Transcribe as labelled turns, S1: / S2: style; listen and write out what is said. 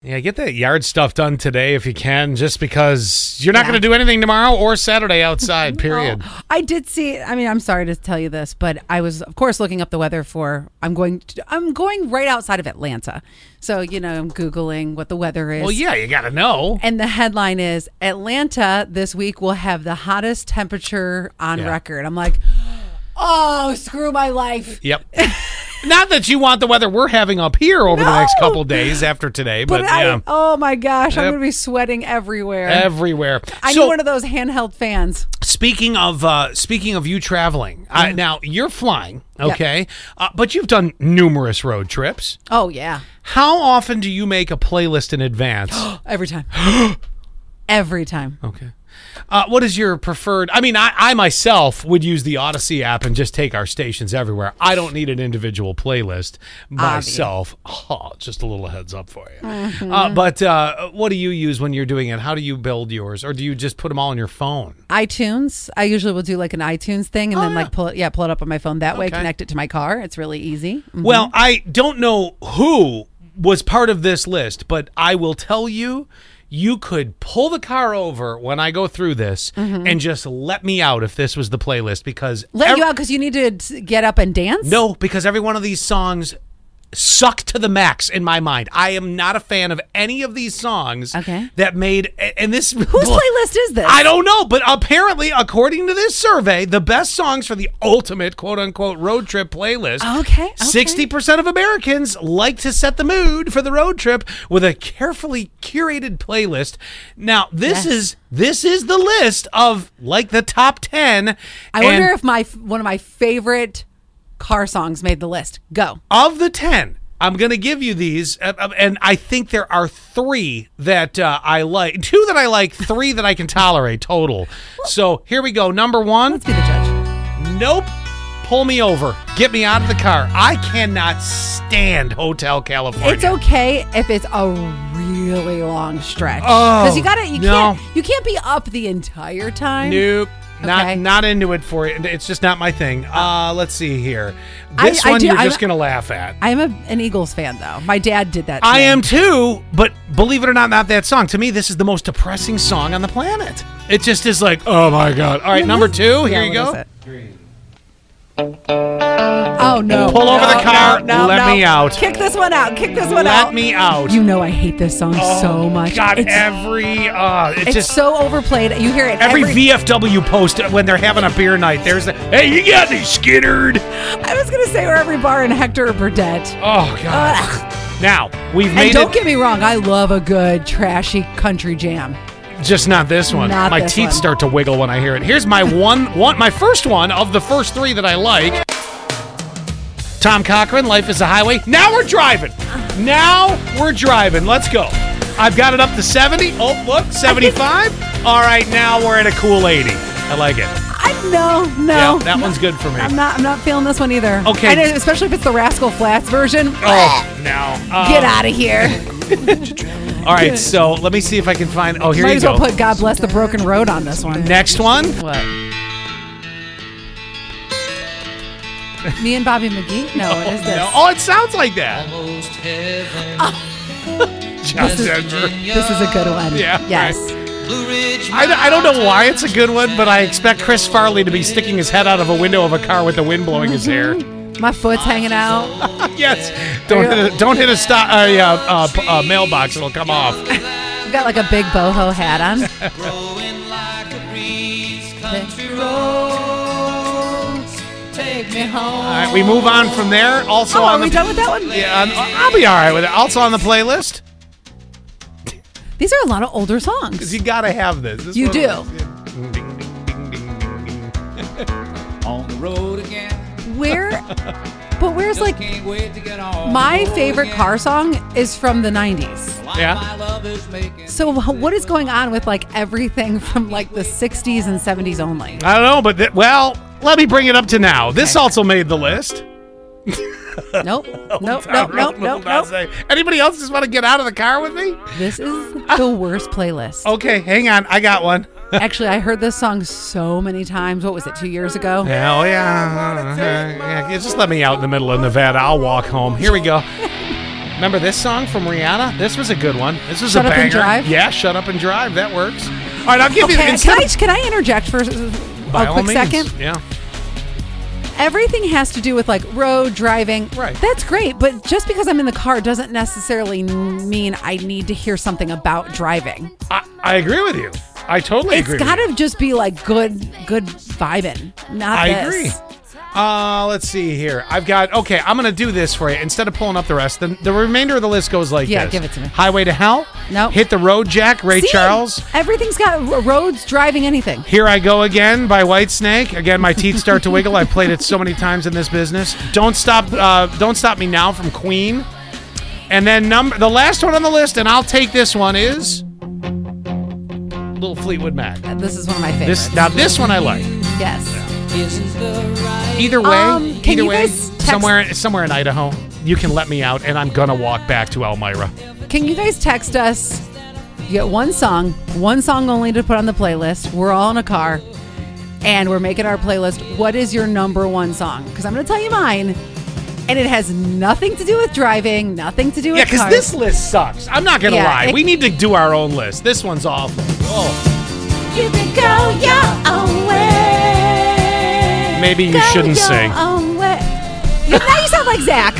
S1: Yeah, get that yard stuff done today if you can, just because you're not
S2: Yeah.
S1: going to do anything tomorrow or Saturday outside, period.
S2: Oh, I did see. I mean, I'm sorry to tell you this, but I was, of course, looking up the weather for. I'm going. To, I'm going right outside of Atlanta, so you know, I'm googling what the weather is.
S1: Well, yeah, you got to know.
S2: And the headline is Atlanta this week will have the hottest temperature on
S1: Yeah.
S2: record. I'm like, oh, screw my life.
S1: Yep. not that you want the weather we're having up here over the next
S2: No.
S1: couple days after today, but,
S2: But I,
S1: yeah,
S2: oh my gosh, I'm
S1: Yep.
S2: going to be sweating everywhere.
S1: everywhere.
S2: I
S1: so,
S2: need one of those handheld fans.
S1: speaking of uh, speaking of you traveling, uh, now you're flying, okay? Uh, but you've done numerous road trips.
S2: Oh yeah,
S1: How often do you make a playlist in advance?
S2: every time. every time.
S1: okay. Uh, what is your preferred? I mean, I, I myself would use the Odyssey app and just take our stations everywhere. I don't need an individual playlist myself. Oh, just a little heads up for you.
S2: Mm-hmm.
S1: Uh, but uh, what do you use when you're doing it? How do you build yours, or do you just put them all on your phone?
S2: Mm-hmm. iTunes. I usually will do like an iTunes thing and then
S1: yeah.
S2: like pull it, yeah, pull it up on my phone. That way,
S1: Oh, Okay.
S2: connect it to my car. It's really easy. Mm.
S1: Well, I don't know who was part of this list, but I will tell you, you could pull the car over when I go through this and just let me out if this was the playlist because
S2: Mm-hmm. Let
S1: ev-
S2: you out because you need to t- get up and dance.
S1: no, because every one of these songs suck to the max in my mind. I am not a fan of any of these songs
S2: Okay.
S1: that made a- and this
S2: whose playlist is this?
S1: I don't know, but apparently, according to this survey, the best songs for the ultimate quote unquote road trip playlist.
S2: Okay, okay.
S1: 60% of Americans like to set the mood for the road trip with a carefully curated playlist. Now, this
S2: Yes.
S1: is this is the list of like the top 10.
S2: I wonder if my f- one of my favorite car songs made the list. Go.
S1: of the 10 i'm going to give you these uh, uh, and i think there are three that uh, i like two that i like three that i can tolerate total so here we go number one
S2: Let's be the judge.
S1: nope pull me over get me out of the car i cannot stand hotel california
S2: It's okay if it's a really long stretch.
S1: Oh,
S2: you got to you
S1: no.
S2: can't you can't be up the entire time.
S1: nope not
S2: Okay.
S1: not into it for you it's just not my thing uh let's see here
S2: I-
S1: this
S2: I
S1: one
S2: do-
S1: you're
S2: I'm-
S1: just going to laugh at
S2: I am a, an Eagles fan though. My dad did that. to
S1: I
S2: me.
S1: am too, but believe it or not, not that song. To me, this is the most depressing song on the planet. It just is like, oh my god. All right, number two, here
S2: Yeah,
S1: you
S2: what
S1: go.
S2: is it? Oh no!
S1: Pull over
S2: No,
S1: the car,
S2: no, no,
S1: let
S2: no.
S1: me out.
S2: Kick this one out. Kick this one out.
S1: Let me out.
S2: You know I hate this song so much.
S1: Oh God,
S2: it's,
S1: every uh, it's,
S2: it's
S1: just
S2: so overplayed. You hear it
S1: every, VFW post when they're having a beer night. There's the hey, you got me skittered.
S2: I was gonna say or every bar in Hector or Burdett.
S1: Oh god. Now we've
S2: And
S1: made
S2: don't
S1: it.
S2: get me wrong, I love a good trashy country jam.
S1: Just not this one.
S2: Not
S1: my
S2: this
S1: teeth
S2: one.
S1: start to wiggle when I hear it. Here's my one, one, my first one of the first three that I like. Tom Cochran, Life is a Highway. Now we're driving. Now we're driving. Let's go. I've got it up to 70. Oh, look, 75. All right, now we're at a cool 80. I like it.
S2: I no
S1: Yeah,
S2: no.
S1: that
S2: Oh, no.
S1: one's good for me.
S2: I'm not. I'm not feeling this one either.
S1: Okay.
S2: And especially if it's the Rascal Flats version.
S1: Oh, now.
S2: Get out of here.
S1: All right, so let me see if I can find. Oh, here
S2: Might
S1: you
S2: as
S1: go.
S2: well put God Bless the Broken Road on this one.
S1: Next one.
S2: What? Me and Bobby McGee? No, what is this?
S1: No. Oh, it sounds like that. John
S2: This is-
S1: Denver.
S2: This is a good one.
S1: Yeah,
S2: Yes.
S1: I, I don't know why it's a good one, but I expect Chris Farley to be sticking his head out of a window of a car with the wind blowing his hair.
S2: My foot's hanging out.
S1: yes, don't hit a, don't hit a stop a, uh, uh, p- uh, mailbox; it'll come off.
S2: I've got like a big boho hat on. Take me home.
S1: All right, we move on from there. Also
S2: Oh,
S1: on
S2: are
S1: the
S2: we done with that one?
S1: yeah, on- I'll be all right with it. Also on the playlist,
S2: These are a lot of older songs.
S1: 'cause you gotta have this. This
S2: You
S1: one-
S2: do.
S1: Ding, ding, ding, ding, ding, ding.
S3: On the road again.
S2: Where, but where's like
S3: Can't wait to get on.
S2: my favorite car song is from the 90s.
S1: Yeah.
S2: So what is going on with like everything from like the 60s and 70s only?
S1: I don't know, but th- well, let me bring it up to now. This also made the list.
S2: Nope. Nope. Nope. Nope. Nope. Nope.
S1: Anybody else just want to get out of the car with me?
S2: This is the worst playlist.
S1: Okay, hang on. I got one.
S2: Actually, I heard this song so many times. What was it? Two years ago.
S1: Hell yeah. Uh, yeah. Just let me out in the middle of Nevada. I'll walk home. Here we go. Remember this song from Rihanna? This was a good one. This was
S2: Shut
S1: a
S2: Up
S1: banger.
S2: and Drive?
S1: Yeah, shut up and drive. That works. All right, I'll give you
S2: Okay,
S1: instead
S2: can I,
S1: of-
S2: can I interject for a
S1: by all
S2: quick
S1: means.
S2: second?
S1: Yeah.
S2: Everything has to do with like road driving.
S1: Right.
S2: That's great, but just because I'm in the car doesn't necessarily mean I need to hear something about driving.
S1: I, I agree with you. I totally
S2: It's
S1: agree.
S2: got
S1: with you.
S2: to just be like good, good vibing. Not
S1: I
S2: this.
S1: agree. Uh, let's see here. I've got okay. I'm gonna do this for you. Instead of pulling up the rest, the, the remainder of the list goes like
S2: Yeah,
S1: this:
S2: give it to me.
S1: Highway to Hell.
S2: Nope.
S1: Hit the Road, Jack. Ray
S2: See?
S1: Charles.
S2: Everything's got r- roads, driving, anything.
S1: Here I Go Again by Whitesnake. Again, my teeth start to wiggle. I've played it so many times in this business. Don't stop, uh, don't stop me now from Queen. And then number the last one on the list, and I'll take this one is Little Fleetwood Mac.
S2: This is one of my favorites.
S1: This now this one I like.
S2: yes.
S1: Either way,
S2: Um, can
S1: either
S2: you
S1: way,
S2: guys text-
S1: somewhere somewhere in Idaho, you can let me out, and I'm gonna walk back to Elmira.
S2: Can you guys text us? You get one song, one song only to put on the playlist. We're all in a car and we're making our playlist. What is your number one song? Because I'm going to tell you mine. And it has nothing to do with driving, nothing to do with
S1: Yeah, because
S2: cars.
S1: this list sucks. I'm not gonna
S2: Yeah,
S1: lie.
S2: it-
S1: we need to do our own list. This one's awful.
S2: You can go your own way.
S1: Maybe you
S2: Go
S1: shouldn't
S2: your
S1: sing.
S2: own way. now you sound like Zach.